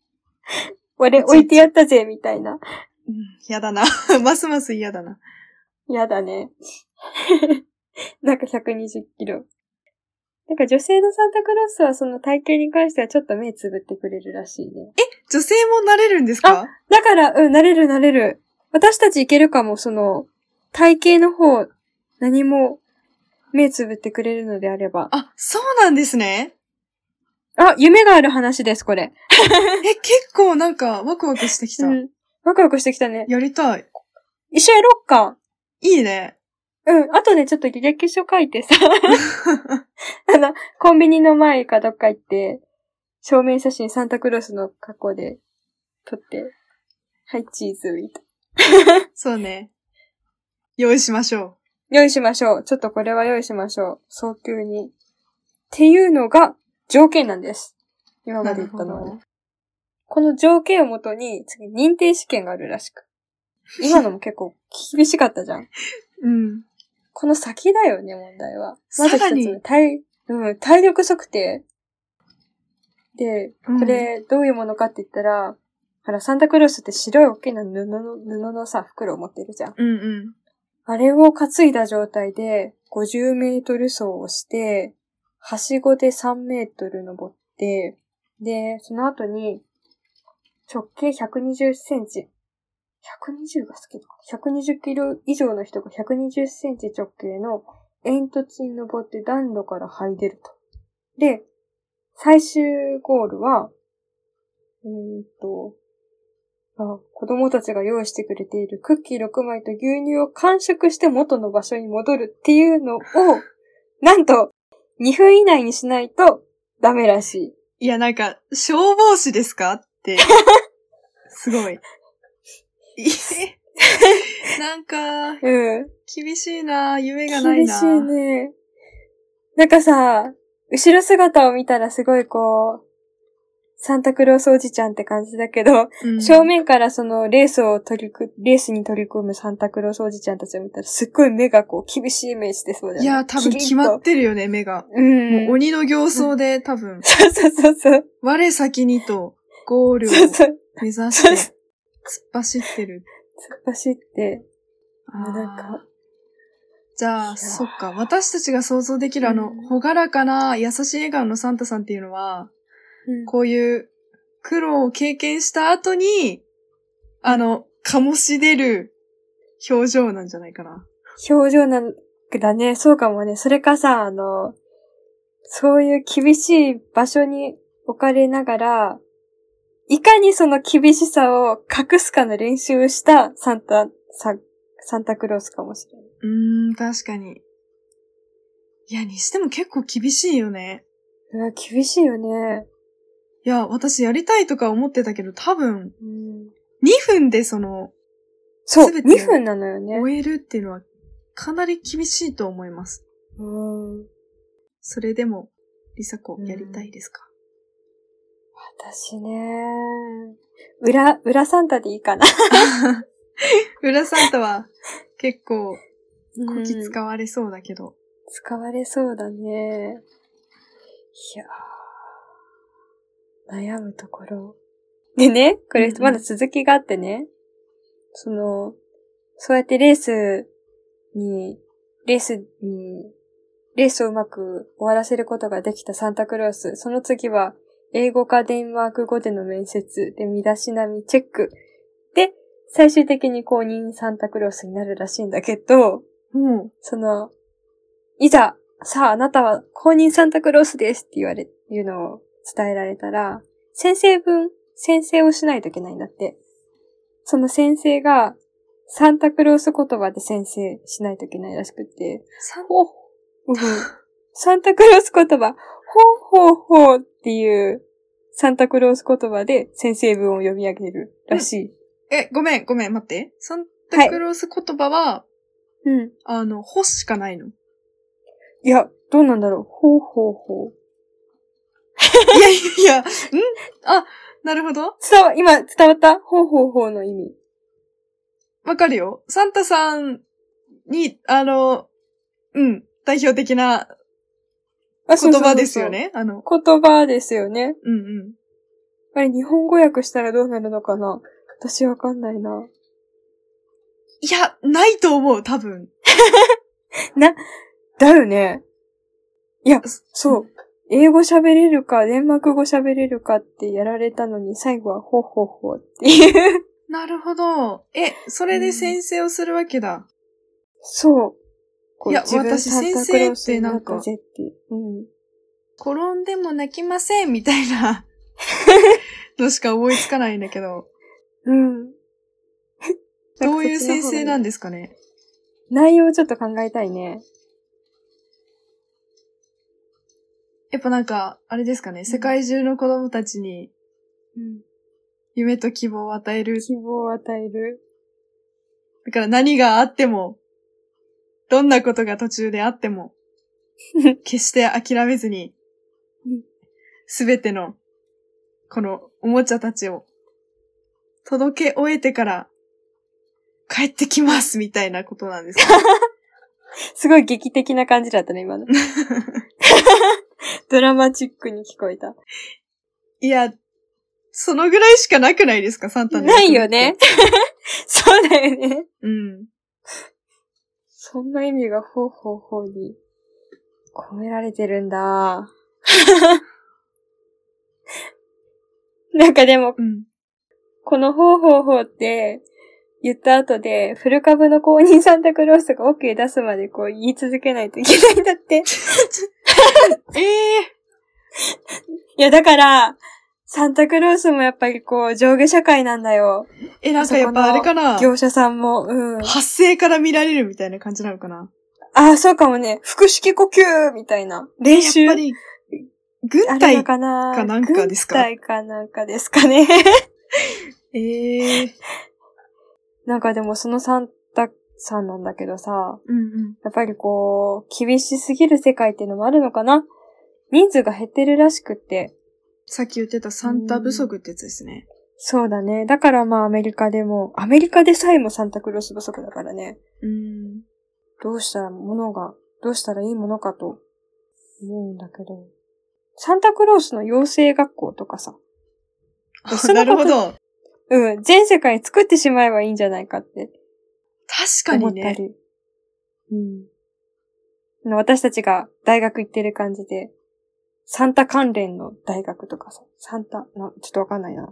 Speaker 1: 俺置いてやったぜ、みたいな。
Speaker 2: うん嫌だな。 ますます嫌だな。
Speaker 1: やだね。なんか120キロ。なんか女性のサンタクロースはその体型に関してはちょっと目つぶってくれるらしいね。
Speaker 2: 女性もなれるんですか
Speaker 1: だから、うん、なれるなれる。私たちいけるかも、その、体型の方、何も目つぶってくれるのであれば。
Speaker 2: あ、そうなんですね。
Speaker 1: あ、夢がある話です、これ。
Speaker 2: え、結構なんか、ワクワクしてきた。
Speaker 1: うん。ワクワクしてきたね。
Speaker 2: やりたい。
Speaker 1: 一緒やろっか。
Speaker 2: いいね。
Speaker 1: うん。あとでちょっと履歴書書いてさ。あの、コンビニの前かどっか行って、正面写真サンタクロースの格好で撮って、はい、チーズみたい
Speaker 2: そうね。用意しましょ
Speaker 1: な。用意しましょう。ちょっとこれは用意しましょう。早急に。っていうのが条件なんです。今
Speaker 2: う。
Speaker 1: まで言ったのはね、
Speaker 2: なるほど
Speaker 1: この条件をもとに、次、認定試験があるらしく。今のも結構厳しかったじゃん。
Speaker 2: うん。
Speaker 1: この先だよね、問題は。まず
Speaker 2: さらに
Speaker 1: 一つ目、体、うん、体力測定。で、
Speaker 2: うん
Speaker 1: これ、どういうものかって言ったら、ほら、サンタクロースって白い大きな布の、布のさ、袋を持ってるじゃん。
Speaker 2: うんうん。
Speaker 1: あれを担いだ状態で、50メートル走をして、はしごで3メートル登って、で、その後に、直径120センチ。120が好きだ。120キロ以上の人が120センチ直径の煙突に登って暖炉から這い出ると。で、最終ゴールは、うーんと、あ子供たちが用意してくれているクッキー6枚と牛乳を完食して元の場所に戻るっていうのを、なんと、2分以内にしないとダメらしい。
Speaker 2: いや、なんか、消防士です かって。すごい。い えなんか、
Speaker 1: うん。
Speaker 2: 厳しいな夢がないな
Speaker 1: 厳しいね。なんかさ、後ろ姿を見たらすごいこう、サンタクロースおじちゃんって感じだけど、
Speaker 2: うん
Speaker 1: 正面からそのレースを取りく、レースに取り組むサンタクロースおじちゃんたちを見たら、すっごい目がこう、厳しい目してそうじゃない
Speaker 2: いや、多分決まってるよね、目が。
Speaker 1: うん。
Speaker 2: もう鬼の形相で、多分、
Speaker 1: そうそうそうそう。
Speaker 2: 我先にと、ゴールを
Speaker 1: そうそう。
Speaker 2: 目指し
Speaker 1: そう
Speaker 2: て、
Speaker 1: そ
Speaker 2: 突っ走ってる。
Speaker 1: 突っ走って、
Speaker 2: あ
Speaker 1: もう
Speaker 2: ー
Speaker 1: なんか、
Speaker 2: じゃ
Speaker 1: いや
Speaker 2: あ、そっか。私たちが想像できるあの
Speaker 1: うん、
Speaker 2: ほがらかな優しい笑顔のサンタさんっていうのは、
Speaker 1: うん
Speaker 2: こういう苦労を経験した後に、あの、醸し出る表情なんじゃないかな。
Speaker 1: 表情なんだね。そうかもね。それかさ、あの、そういう厳しい場所に置かれながら、いかにその厳しさを隠すかの練習をしたサンタ、ササンタクロースかもしれない。
Speaker 2: うーん、確かに。いや、にしても結構厳しいよね。
Speaker 1: うわ厳しいよね。
Speaker 2: いや、私やりたいとか思ってたけど、多分、
Speaker 1: うん、
Speaker 2: 2分でその、
Speaker 1: そう、
Speaker 2: 全てを
Speaker 1: 2分なのよね。
Speaker 2: 終えるっていうのは、かなり厳しいと思います。
Speaker 1: うん、
Speaker 2: それでも、りさこ、やりたいですか、
Speaker 1: 私ね。裏、裏サンタでいいかな。
Speaker 2: 裏サンタは結構こき
Speaker 1: うん
Speaker 2: 使われそうだけど。
Speaker 1: 使われそうだね。いやー、悩むところ。でね、こ
Speaker 2: う
Speaker 1: れ
Speaker 2: んうん
Speaker 1: まだ続きがあってね、その、そうやってレースに、レースに、レースをうまく終わらせることができたサンタクロース。その次は、英語かデンマーク語での面接で身だしなみチェック。で、最終的に公認サンタクロースになるらしいんだけど、
Speaker 2: も
Speaker 1: その、いざ、さああなたは公認サンタクロースですって言われ、いうのを伝えられたら、先生分、先生をしないといけないんだって。その先生が、サンタクロース言葉で先生しないといけないらしくて
Speaker 2: う、、サン
Speaker 1: ほ、 うん、サンタクロース言葉、ほうほうほうっていう、サンタクロース言葉で先生文を読み上げるらし
Speaker 2: え、ごめん、ごめん、待って。サンタクロース言葉は、
Speaker 1: い。うん。
Speaker 2: あの、ほしかないの。い
Speaker 1: いや、どうなんだろう。ほうほうほう。
Speaker 2: やいやいや、んあ、なるほど。
Speaker 1: 伝わ、今伝わったほうほうほうの意味。
Speaker 2: わかるよ。サンタさんに、あの、うん、代表的な
Speaker 1: あ
Speaker 2: 言葉ですよ。ね。あの、
Speaker 1: そうそうそうそう言葉ですよね。
Speaker 2: うんうん。
Speaker 1: あれ、日本語訳したらどうなるのかな私わかんないな。
Speaker 2: いや、ないと思う、多分。
Speaker 1: だよね。いや、そう。英語喋れるか、デンマーク語喋れるかってやられたのに、最後はほうほうほうっていう。
Speaker 2: なるほど。え、それで先生をするわけだ。
Speaker 1: そう。こう
Speaker 2: いや
Speaker 1: 自分
Speaker 2: 私
Speaker 1: サンタクロース
Speaker 2: 先生ってなんか
Speaker 1: にったぜっていううん。
Speaker 2: 転んでも泣きませんみたいな のしか思いつかないんだけど、
Speaker 1: うん。
Speaker 2: どういう先 生なん
Speaker 1: で
Speaker 2: ですかね。
Speaker 1: 内容をちょっと考えたいね。
Speaker 2: やっぱなんか、あれですかね、世界中の子供たちに
Speaker 1: うん。
Speaker 2: 夢と希望を与える。
Speaker 1: 希望を与える。
Speaker 2: だから何があっても、どんなことが途中であって も、決して諦めずに
Speaker 1: うん、
Speaker 2: すべての、このおもちゃたちを、届け終えてから、帰ってきますみたいなことなんですか ね
Speaker 1: すごい劇的な感じだったね、今の。 ドラマチックに聞こえた。
Speaker 2: いや、そのぐらいしかなくないですか、サンタの
Speaker 1: ないよね。。 そうだよね。
Speaker 2: うん。
Speaker 1: そんな意味がほうほうほうに込められてるんだ。 なんかでも、
Speaker 2: うん。
Speaker 1: このほうほうほうって言った後で、古株の公認サンタクロースが OK 出すまでこう言い続けないといけないんだって。
Speaker 2: ええ
Speaker 1: いやだから、サンタクロースもやっぱりこう上下社会なんだよ。
Speaker 2: え、なんかやっぱあれかな
Speaker 1: 業者さんも。うん。
Speaker 2: 発生から見られるみたいな感じなのかな
Speaker 1: ああ、そうかもね。腹式呼吸みたいな。練習。
Speaker 2: やっぱり、
Speaker 1: あ
Speaker 2: 軍
Speaker 1: れ
Speaker 2: 隊
Speaker 1: の。かな
Speaker 2: かなんかですか
Speaker 1: 軍隊かなんかですかね。
Speaker 2: ええ
Speaker 1: なんかでもそのサンタさんなんだけどさ、
Speaker 2: うんうん。
Speaker 1: やっぱりこう、厳しすぎる世界っていうのもあるのかな人数が減ってるらしくって。
Speaker 2: さっき言ってたサンタ不足ってやつですね。
Speaker 1: そうだね。だからまあアメリカでも、アメリカでさえもサンタクロース不足だからね、
Speaker 2: うん。
Speaker 1: どうしたらものが、どうしたらいいものかと思うんだけど、サンタクロースの養成学校とかさ、
Speaker 2: あ
Speaker 1: その
Speaker 2: な
Speaker 1: こと
Speaker 2: るほど。
Speaker 1: うん、全世界に作ってしまえばいいんじゃないかって
Speaker 2: 確か
Speaker 1: 思っ
Speaker 2: に
Speaker 1: た
Speaker 2: ね。
Speaker 1: り。うんあの。私たちが大学行ってる感じで、サンタ関連の大学とかさ、サンタ、なちょっとわかんないな。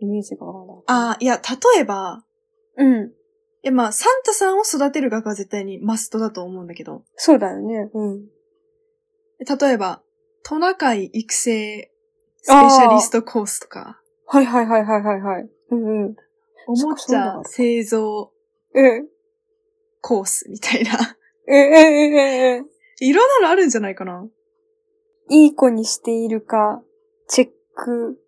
Speaker 1: イメージがわかんない。
Speaker 2: ああ、いや、例えば、
Speaker 1: うん。
Speaker 2: いやまあ、サンタさんを育てる学は絶対にマストだと思うんだけど、
Speaker 1: そうだよね。うん。
Speaker 2: 例えば、トナカイ育成スペシャリストコースとか、
Speaker 1: はいはいはいはいはいはい。うんうん。
Speaker 2: おもちゃ製造
Speaker 1: うん。
Speaker 2: コースみたいな。
Speaker 1: うんうんうんうんうん。
Speaker 2: いろんなのあるんじゃないかな。
Speaker 1: いい子にしているか、チェック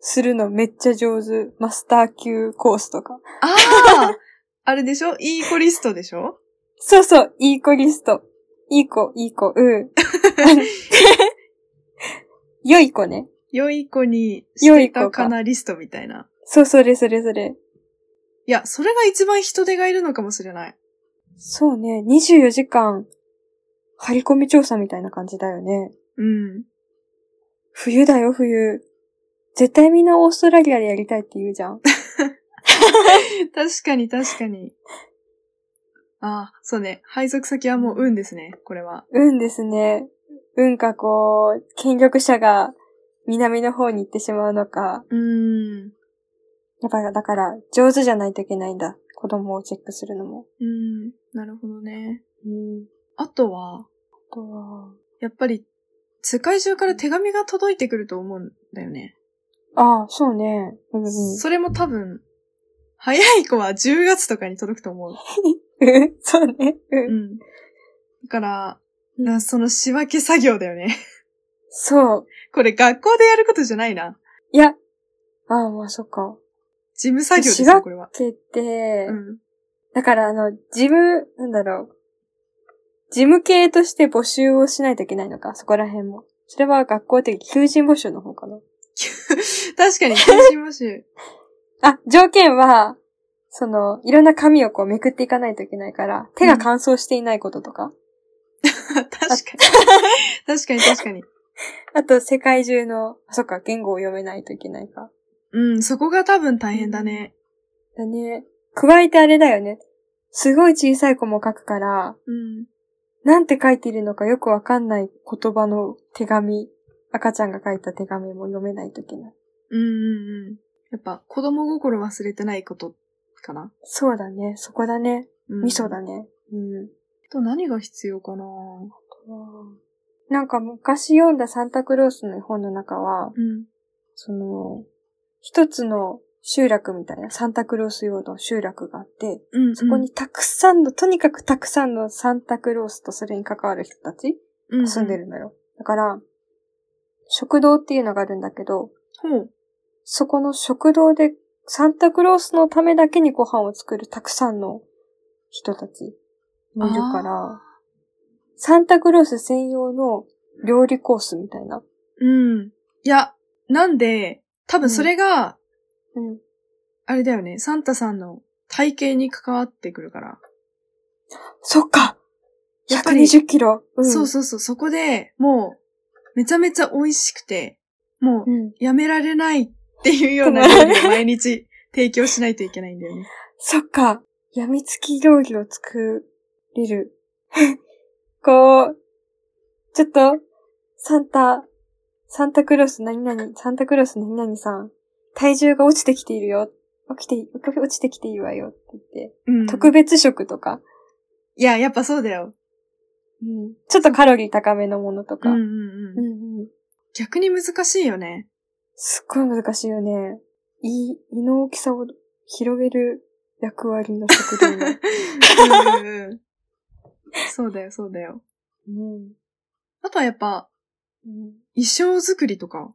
Speaker 1: するのめっちゃ上手。マスター級コースとか。
Speaker 2: ああ あれでしょいい子リストでしょ
Speaker 1: そうそう、いい子リスト。いい子、いい子、うん。良い子ね。
Speaker 2: 良い子にしてたかなリストみたいな。
Speaker 1: そう、それそれそれ。
Speaker 2: いや、それが一番人手がいるのかもしれない。
Speaker 1: そうね、24時間、張り込み調査みたいな感じだよね。
Speaker 2: うん。
Speaker 1: 冬だよ、冬。絶対みんなオーストラリアでやりたいって言うじゃん。
Speaker 2: 確かに確かに。ああ、そうね。配属先はもう運ですね、これは。
Speaker 1: うんですね。うんかこう、権力者が南の方に行ってしまうのか。
Speaker 2: うーん。
Speaker 1: やっぱだから、上手じゃないといけないんだ。子供をチェックするのも。
Speaker 2: うん。なるほどね。
Speaker 1: うん。
Speaker 2: あとは、
Speaker 1: あとは、
Speaker 2: やっぱり、世界中から手紙が届いてくると思うんだよね。
Speaker 1: ああ、そうね。うんうん。
Speaker 2: それも多分、早い子は10月とかに届くと思う。
Speaker 1: うんそうね。
Speaker 2: う
Speaker 1: うん。
Speaker 2: ん。だから、なその仕分け作業だよね。
Speaker 1: そう。
Speaker 2: これ学校でやることじゃないな。
Speaker 1: いや。ああ、まあそっか。
Speaker 2: 事務作業です
Speaker 1: 仕分
Speaker 2: よ、これは。
Speaker 1: けて、
Speaker 2: うん。
Speaker 1: だからあの、事務、なんだろう。事務系として募集をしないといけないのか、そこら辺も。それは学校的求人募集の方かな。
Speaker 2: 確かに、求人 募集。
Speaker 1: あ、条件は、その、いろんな紙をこうめくっていかないといけないから、手が乾燥していないこととか、
Speaker 2: 確かに。確かに、確かに。
Speaker 1: あと世界中の、あそっか、言語を読めないといけないか。
Speaker 2: うん、そこが多分大変だね。
Speaker 1: だね。加えてあれだよね。すごい小さい子も書くから、
Speaker 2: うん。
Speaker 1: なんて書いているのかよくわかんない言葉の手紙、赤ちゃんが書いた手紙も読めないといけない。
Speaker 2: うん、うん、うん。やっぱ、子供心忘れてないことかな。
Speaker 1: そうだね、そこだね。
Speaker 2: うん、
Speaker 1: 味噌だね。うん。
Speaker 2: あと何が必要かな
Speaker 1: なんか昔読んだサンタクロースの絵本の中は、
Speaker 2: うん。
Speaker 1: その、一つの集落みたいな、サンタクロース用の集落があって、
Speaker 2: うん。
Speaker 1: そこにたくさんの、とにかくたくさんのサンタクロースとそれに関わる人たち
Speaker 2: うん
Speaker 1: 住んで。るのよ。だから、食堂っていうのがあるんだけど、
Speaker 2: ほう。
Speaker 1: そこの食堂でサンタクロースのためだけにご飯を作るたくさんの人たちもいるから、サンタクロース専用の料理コースみたいな。
Speaker 2: うん。いや、なんで、多分それが、
Speaker 1: うん。
Speaker 2: あれだよね、サンタさんの体型に関わってくるから。
Speaker 1: そっか
Speaker 2: やっぱり
Speaker 1: !120 キロ、うん、
Speaker 2: そうそうそう、そこでもう、めちゃめちゃ美味しくて、もう、
Speaker 1: うん。
Speaker 2: やめられないっていうような料理を毎日提供しないといけないんだよね。
Speaker 1: そっかやみつき料理を作れる。 こう、ちょっと、サンタ、サンタクロース何々、サンタクロース何々さん、体重が落ちてきているよ。起きて、落ちてきているわよって言って、
Speaker 2: うん。
Speaker 1: 特別食とか、
Speaker 2: いや、やっぱそうだよ。
Speaker 1: うんちょっとカロリー高めのものと
Speaker 2: う
Speaker 1: か。
Speaker 2: んう
Speaker 1: うん
Speaker 2: ん
Speaker 1: う
Speaker 2: うん。
Speaker 1: ん
Speaker 2: 逆に難しい よね。
Speaker 1: すっごい難しいよね。胃、胃の大きさを広げる役割の食堂 の。
Speaker 2: うんうんうんそうだよ、そうだよ。
Speaker 1: うん
Speaker 2: あとはやっぱ、
Speaker 1: うん
Speaker 2: 衣装作りとか。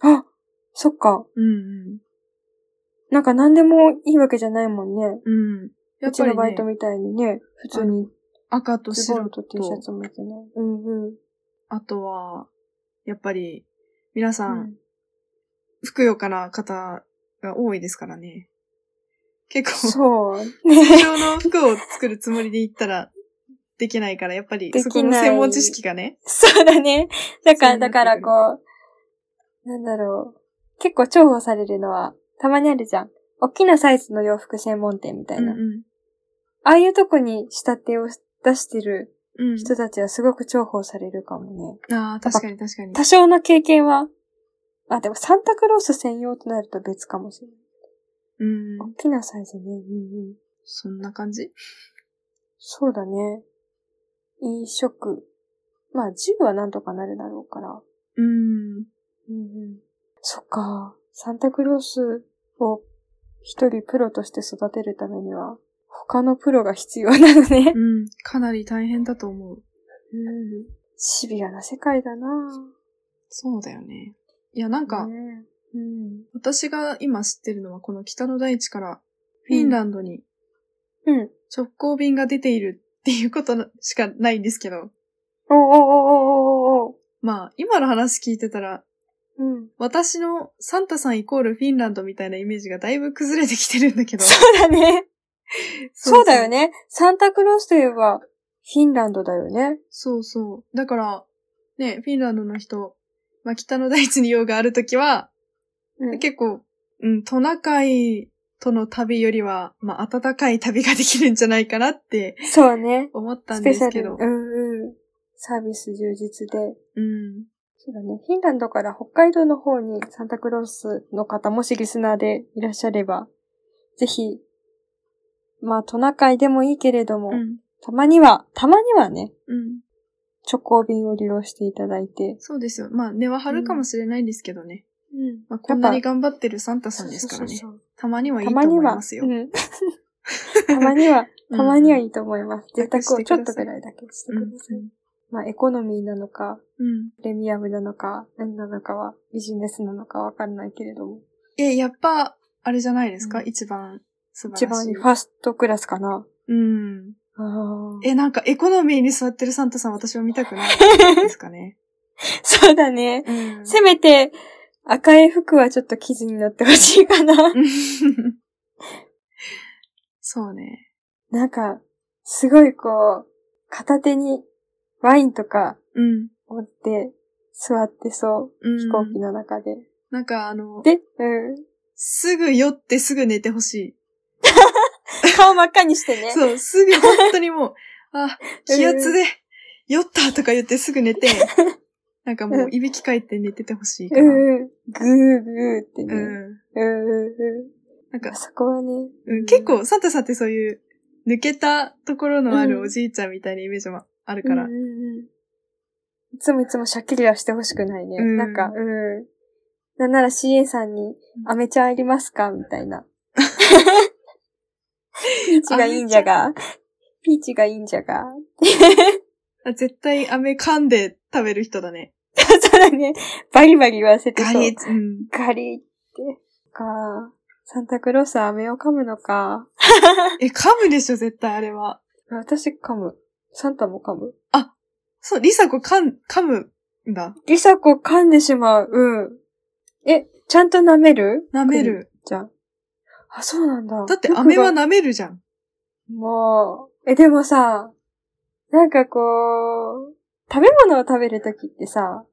Speaker 1: あ、そっか。
Speaker 2: うん
Speaker 1: なんか何でもいいわけじゃないもんね。
Speaker 2: うん。うん。
Speaker 1: う
Speaker 2: やっ
Speaker 1: ち
Speaker 2: ぱ
Speaker 1: の
Speaker 2: り、
Speaker 1: バイト
Speaker 2: ね、
Speaker 1: みたいにね、普通に
Speaker 2: 赤と
Speaker 1: ズボ
Speaker 2: 白
Speaker 1: ンと
Speaker 2: と
Speaker 1: T シャツも着てない。うんうん。
Speaker 2: あとは、やっぱり、皆さん、ふくよかな方が多いですからね。結構、
Speaker 1: そう。
Speaker 2: 通 常の服を作るつもりで行ったら、できないから、やっぱり、
Speaker 1: できない
Speaker 2: そこの専門知識がね。
Speaker 1: そうだね。だか
Speaker 2: そ
Speaker 1: ら、
Speaker 2: う
Speaker 1: だ
Speaker 2: なってく
Speaker 1: か
Speaker 2: る
Speaker 1: らこう、なんだろう。結構重宝されるのは、たまにあるじゃん。大きなサイズの洋服専門店みたい
Speaker 2: うん
Speaker 1: な。あ
Speaker 2: う
Speaker 1: あいうとこに仕立てを出してる
Speaker 2: ん。うん。
Speaker 1: 人たちはすごく重宝されるかもね。
Speaker 2: ああ、確かに確かに。
Speaker 1: 多少の経験は、あ、でもサンタクロース専用となると別かもしれない。
Speaker 2: うん。
Speaker 1: 大きなサイズね。うんうん。
Speaker 2: そんな感じ
Speaker 1: そうだね。飲食。まあ、10はなんとかなるだろうから。
Speaker 2: う
Speaker 1: う
Speaker 2: ん。
Speaker 1: んうんそっか。サンタクロースを一人プロとして育てるためには、他のプロが必要なのね
Speaker 2: う。ん。かなり大変だと思う。
Speaker 1: うん、シビアな世界だな
Speaker 2: そうだよね。いや、なんか、
Speaker 1: ねうん。
Speaker 2: 私が今知ってるのは、この北の大地から、フィンランドに
Speaker 1: うん。
Speaker 2: 直行便が出ているっていうことなしかないんですけど、
Speaker 1: おおおおおおお
Speaker 2: まあ、今の話聞いてたら、
Speaker 1: うん。
Speaker 2: 私のサンタさんイコールフィンランドみたいなイメージがだいぶ崩れてきてるんだけど。
Speaker 1: そうだね。そうだよ
Speaker 2: ね。
Speaker 1: ね。サンタクロースといえば、フィンランドだよね。
Speaker 2: そうそう。だから、ね、フィンランドの人、まあ、北の大地に用があるときは、
Speaker 1: うん、
Speaker 2: 結構、うん、トナカイとの旅よりは、まあ、暖かい旅ができるんじゃないかなって
Speaker 1: そうね。
Speaker 2: 思った
Speaker 1: ス
Speaker 2: ん
Speaker 1: ペ
Speaker 2: で
Speaker 1: シャ
Speaker 2: すけ
Speaker 1: ル。
Speaker 2: ど
Speaker 1: う。んうん。サービス充実で。
Speaker 2: うん。
Speaker 1: そうだね。フィンランドから北海道の方にサンタクロースの方、もしリスナーでいらっしゃれば、ぜひ、まあトナカイでもいいけれども、
Speaker 2: うん。
Speaker 1: たまには、たまにはね、
Speaker 2: うん。
Speaker 1: 直行便を利用していただいて、
Speaker 2: そうですよ。まあ、根は張るかもしれないんですけどね。
Speaker 1: うん。
Speaker 2: まあ、こんなに頑張ってるサンタさんですからね。
Speaker 1: そうそうそう
Speaker 2: たまにはいい
Speaker 1: た
Speaker 2: と
Speaker 1: まに
Speaker 2: 思い
Speaker 1: は、
Speaker 2: ますよ
Speaker 1: う。ん たまには、
Speaker 2: うん
Speaker 1: たまにはいいと思います。贅沢
Speaker 2: 楽して
Speaker 1: を
Speaker 2: く
Speaker 1: ちょっ
Speaker 2: ださ
Speaker 1: と
Speaker 2: い
Speaker 1: ぐらいだけして
Speaker 2: う
Speaker 1: くだ
Speaker 2: ん
Speaker 1: さい。まあエコノミーなのか、
Speaker 2: うん。
Speaker 1: プレミアムなのか、何なのかは、ビジネスなのかわかんないけれども、
Speaker 2: え、やっぱ、あれじゃないですか、
Speaker 1: うん
Speaker 2: 一番素晴
Speaker 1: 一
Speaker 2: ら
Speaker 1: 番
Speaker 2: しい。
Speaker 1: ファーストクラスかな。
Speaker 2: うん。
Speaker 1: ああ。
Speaker 2: え、なんかエコノミーに座ってるサンタさん私は見た くないですかね。
Speaker 1: そうだね。
Speaker 2: うん。
Speaker 1: せめて、赤い服はちょっと生地になってほしいかな。
Speaker 2: そうね。
Speaker 1: なんか、すごいこう、片手にワインとか
Speaker 2: うん。
Speaker 1: 持って座ってそうう。飛行機
Speaker 2: ん。
Speaker 1: の中で。
Speaker 2: なんかあの、
Speaker 1: で、うん。
Speaker 2: すぐ酔ってすぐ寝てほし
Speaker 1: 顔真っ赤にして
Speaker 2: い。
Speaker 1: ね。
Speaker 2: そう、すぐ本当にもう、 あ、気圧で酔ったとか言ってすぐ 寝て、なんかもういびきかいて寝ててほしいか
Speaker 1: う
Speaker 2: ら。
Speaker 1: んうん。ぐーぐーって
Speaker 2: う
Speaker 1: ね。うん
Speaker 2: ん。
Speaker 1: うんう
Speaker 2: なんか
Speaker 1: ん。、そこはね。
Speaker 2: うん、結構、サンタさんってそういう、抜けたところのあるおじいちゃんみたいなイメージもあるから
Speaker 1: うん。うんうんいつもいつもシャッキリはしてほしくないね。
Speaker 2: うん
Speaker 1: なんか、うん。なんなら CA さんに、アメちゃんありますかみたい な。ピーチがいいんじゃが。ピーチがいいんじゃが。
Speaker 2: あ絶対飴噛んで食べる人だね。
Speaker 1: そうだね。バリバリ言わせてそう。
Speaker 2: ガリッ、うん。
Speaker 1: ガリって。か、サンタクロースは飴を噛むのか。
Speaker 2: え、噛むでしょ、絶対あれは。
Speaker 1: 私噛む。サンタも噛む。
Speaker 2: そう、リサ子噛ん、噛むんだ。
Speaker 1: リサ子噛んでしまう。うん。え、ちゃんと舐める
Speaker 2: 舐め。る。
Speaker 1: じゃん。あ、そうなんだ。
Speaker 2: だって
Speaker 1: よく
Speaker 2: 飴は
Speaker 1: が
Speaker 2: 舐めるじゃん。
Speaker 1: もう、え、でもさ、なんかこう、食べ物を食べるときってさ、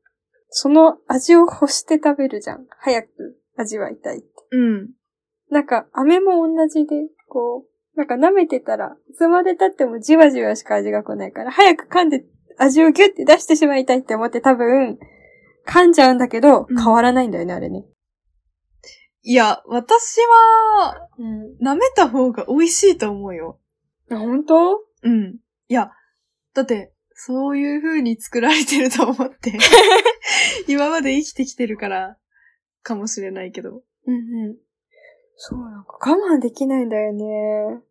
Speaker 1: その味を欲して食べるじゃん。早く味わいたいって。
Speaker 2: うん。
Speaker 1: なんか、飴も同じで、こう、なんか舐めてたら、いつまで経ってもじわじわしか味が来ないから、早く噛んで味をギュッて出してしまいたいって思って多分、噛んじゃうんだけど、
Speaker 2: うん
Speaker 1: 変わらないんだよね、あれね。
Speaker 2: いや、私は、
Speaker 1: うん。
Speaker 2: 舐めた方が美味しいと思うよ。
Speaker 1: 本当
Speaker 2: うん。いや、だって、そういう風に作られてると 思って、今まで生きてきてるから、かもしれないけど。
Speaker 1: うんうん。そう、なんか我慢できないんだよね。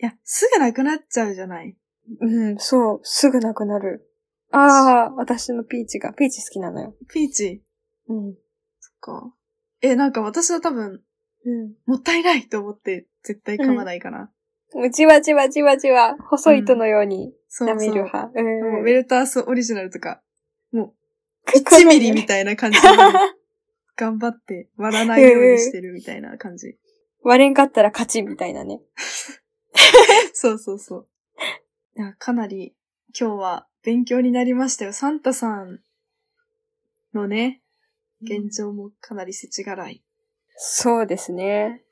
Speaker 2: いや、すぐなくなっちゃうじゃない。
Speaker 1: うん、そう、すぐなくなる。ああ、私のピーチが、ピーチ好きなのよ。
Speaker 2: ピーチ。
Speaker 1: うん。
Speaker 2: そっか。え、なんか私は多分、
Speaker 1: う
Speaker 2: もったいないと思って絶対噛まないかな。
Speaker 1: ん。じわじわじわじわ、細い糸のように
Speaker 2: そうそ
Speaker 1: 舐
Speaker 2: う。
Speaker 1: める派。う。
Speaker 2: もうんウェルタースオリジナルとか、も1ミリみたいな 感じで、頑張って割らないようにしてるみたいな感じ。
Speaker 1: 割れんかったら勝ちみたいなね。
Speaker 2: そうそうそう。いやかなり今日は勉強になりましたよ。サンタさんのね、現状もかなり世知辛い
Speaker 1: そうですね。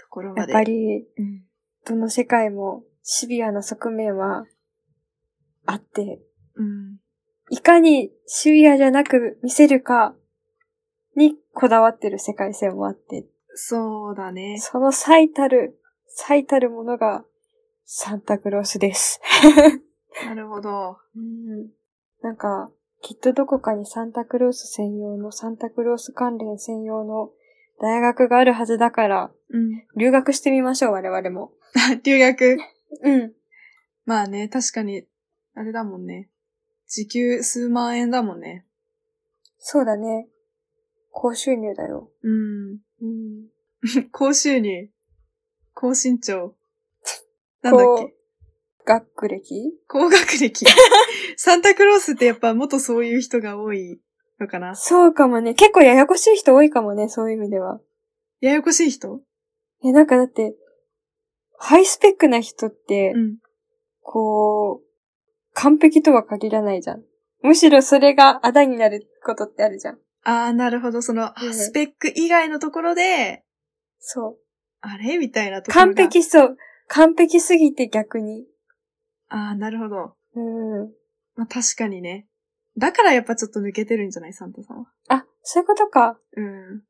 Speaker 2: ところ
Speaker 1: や
Speaker 2: ま
Speaker 1: っ
Speaker 2: で。
Speaker 1: ぱり、
Speaker 2: うん、
Speaker 1: どの世界もシビアな側面はあって、
Speaker 2: うん。
Speaker 1: いかにシビアじゃなく見せるかにこだわってる世界線もあって、
Speaker 2: そうだね。
Speaker 1: その最たる、最たるものがサンタクロースです。
Speaker 2: なるほど。
Speaker 1: うんなんか、きっとどこかにサンタクロース専用の、サンタクロース関連専用の大学があるはずだから、
Speaker 2: うん。
Speaker 1: 留学してみましょう、我々も。
Speaker 2: 留学。
Speaker 1: うん。
Speaker 2: まあね、確かに、あれだもんね。時給数万円だもんね。
Speaker 1: そうだね。高収入だよ。
Speaker 2: うん。
Speaker 1: うん。
Speaker 2: 高収入。高身長。なんだっけ
Speaker 1: 学歴
Speaker 2: 高学 歴。サンタクロースってやっぱ元そういう人が多いのかな
Speaker 1: そうかもね。結構ややこしい人多いかもね、そういう意味では。
Speaker 2: ややこしい人
Speaker 1: え、なんかだって、ハイスペックな人って、
Speaker 2: うん。
Speaker 1: こう、完璧とは限らないじゃん。むしろそれがあだになることってあるじゃん。
Speaker 2: ああ、なるほど。その、
Speaker 1: うん
Speaker 2: スペック以外のところで、
Speaker 1: そう。
Speaker 2: あれみたいなところ
Speaker 1: 完
Speaker 2: が。
Speaker 1: 璧そう。完璧すぎて逆に。
Speaker 2: ああ、なるほど。
Speaker 1: うん。
Speaker 2: まあ確かにね。だからやっぱちょっと抜けてるんじゃないサンタさんは。
Speaker 1: あ、そういうことか。
Speaker 2: うん。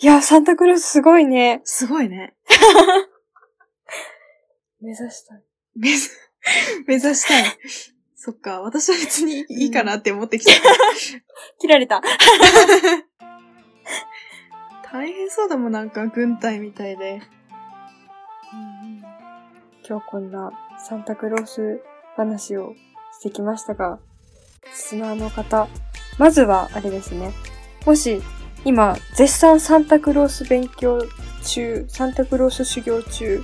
Speaker 1: いや、サンタクロースすごいね。
Speaker 2: すごいね。
Speaker 1: 目指したい。
Speaker 2: 目指、 目指したい。そっか、私は別にいいかなって思って きた。
Speaker 1: 切られた。
Speaker 2: 大変そうだもん、なんか軍隊みたいで。
Speaker 1: 今日こんなサンタクロース話をしてきましたが、リスナーの方、まずはあれですね。もし、今、絶賛サンタクロース勉強中、サンタクロース修行中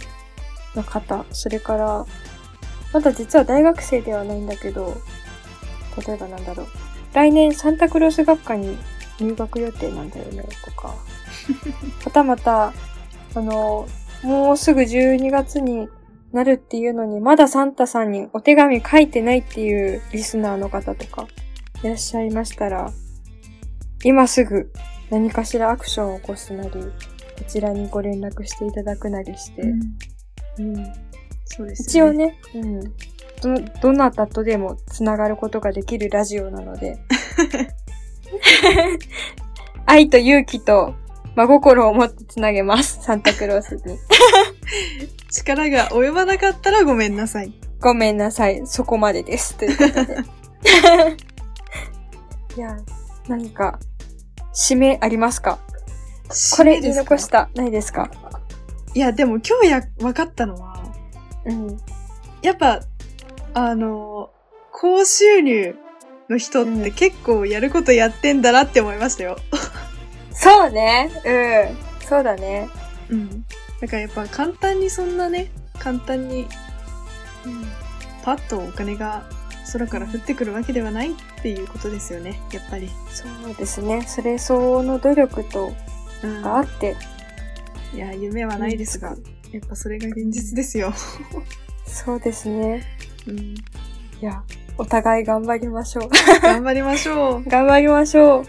Speaker 1: の方、それから、まだ実は大学生ではないんだけど、例えばなんだろう。来年サンタクロース学科に入学予定なんだよね、とか。はたまた、あの、もうすぐ12月になるっていうのに、まだサンタさんにお手紙書いてないっていうリスナーの方とかいらっしゃいましたら、今すぐ何かしらアクションを起こすなり、こちらにご連絡していただくなりして、うん
Speaker 2: そうです
Speaker 1: 一
Speaker 2: よ
Speaker 1: 応。ね、うん、ど、どなたとでもつながることができるラジオなの で、愛と勇気と真心を持ってつなげます、サンタクロースに。
Speaker 2: 力が及ばなかったらごめんなさい。。
Speaker 1: ごめんなさい、そこまでです。ということ で。いや、何か、締めありますかこれ言い残したた、ないですか
Speaker 2: いや、でも今日や、分かったのは、
Speaker 1: うん。
Speaker 2: やっぱ、あの、高収入の人って結構やることやってんだなって思いましたよ。
Speaker 1: そうね、うん。そうだね。
Speaker 2: うん。だからやっぱ簡単にそんなね、簡単にパッとお金が空から降ってくるわけではないっていうことですよね、やっぱり。
Speaker 1: そうですね。それ相応の努力と、
Speaker 2: うん。
Speaker 1: があって、
Speaker 2: いや、夢はないですが、やっぱそれが現実ですよ。
Speaker 1: そうですね。
Speaker 2: うん。
Speaker 1: いや、お互い頑張りましょう。
Speaker 2: 頑張りましょう。
Speaker 1: 頑張りましょう。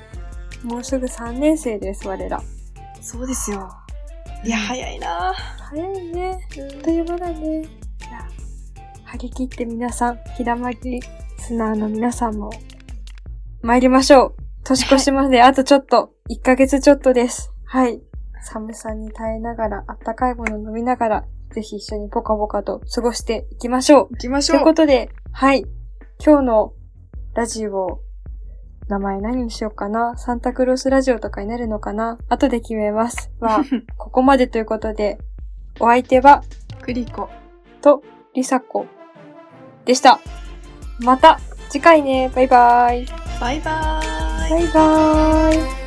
Speaker 1: もうすぐ3年生です、我ら。
Speaker 2: そうですよ。いや、早いな
Speaker 1: 早いね。あっという間だね。いや張り切って皆さん、ひだまりスナーの皆さんも、参りましょう。年越しまであとちょっと、1ヶ月ちょっとです。はい。寒さに耐えながら、あったかいもの飲みながら、ぜひ一緒にポカポカと過ごしていきましょう。
Speaker 2: 行きまし
Speaker 1: という
Speaker 2: ょ
Speaker 1: こ
Speaker 2: う。
Speaker 1: とで、はい。今日のラジオ、名前何にしようかなサンタクロースラジオとかになるのかな後で決め ます。は、ここまでということで、お相手は、
Speaker 2: クリコ。
Speaker 1: と、りさこでした。また次回ね。バイバイ。
Speaker 2: バイバーイ。
Speaker 1: バイバイ。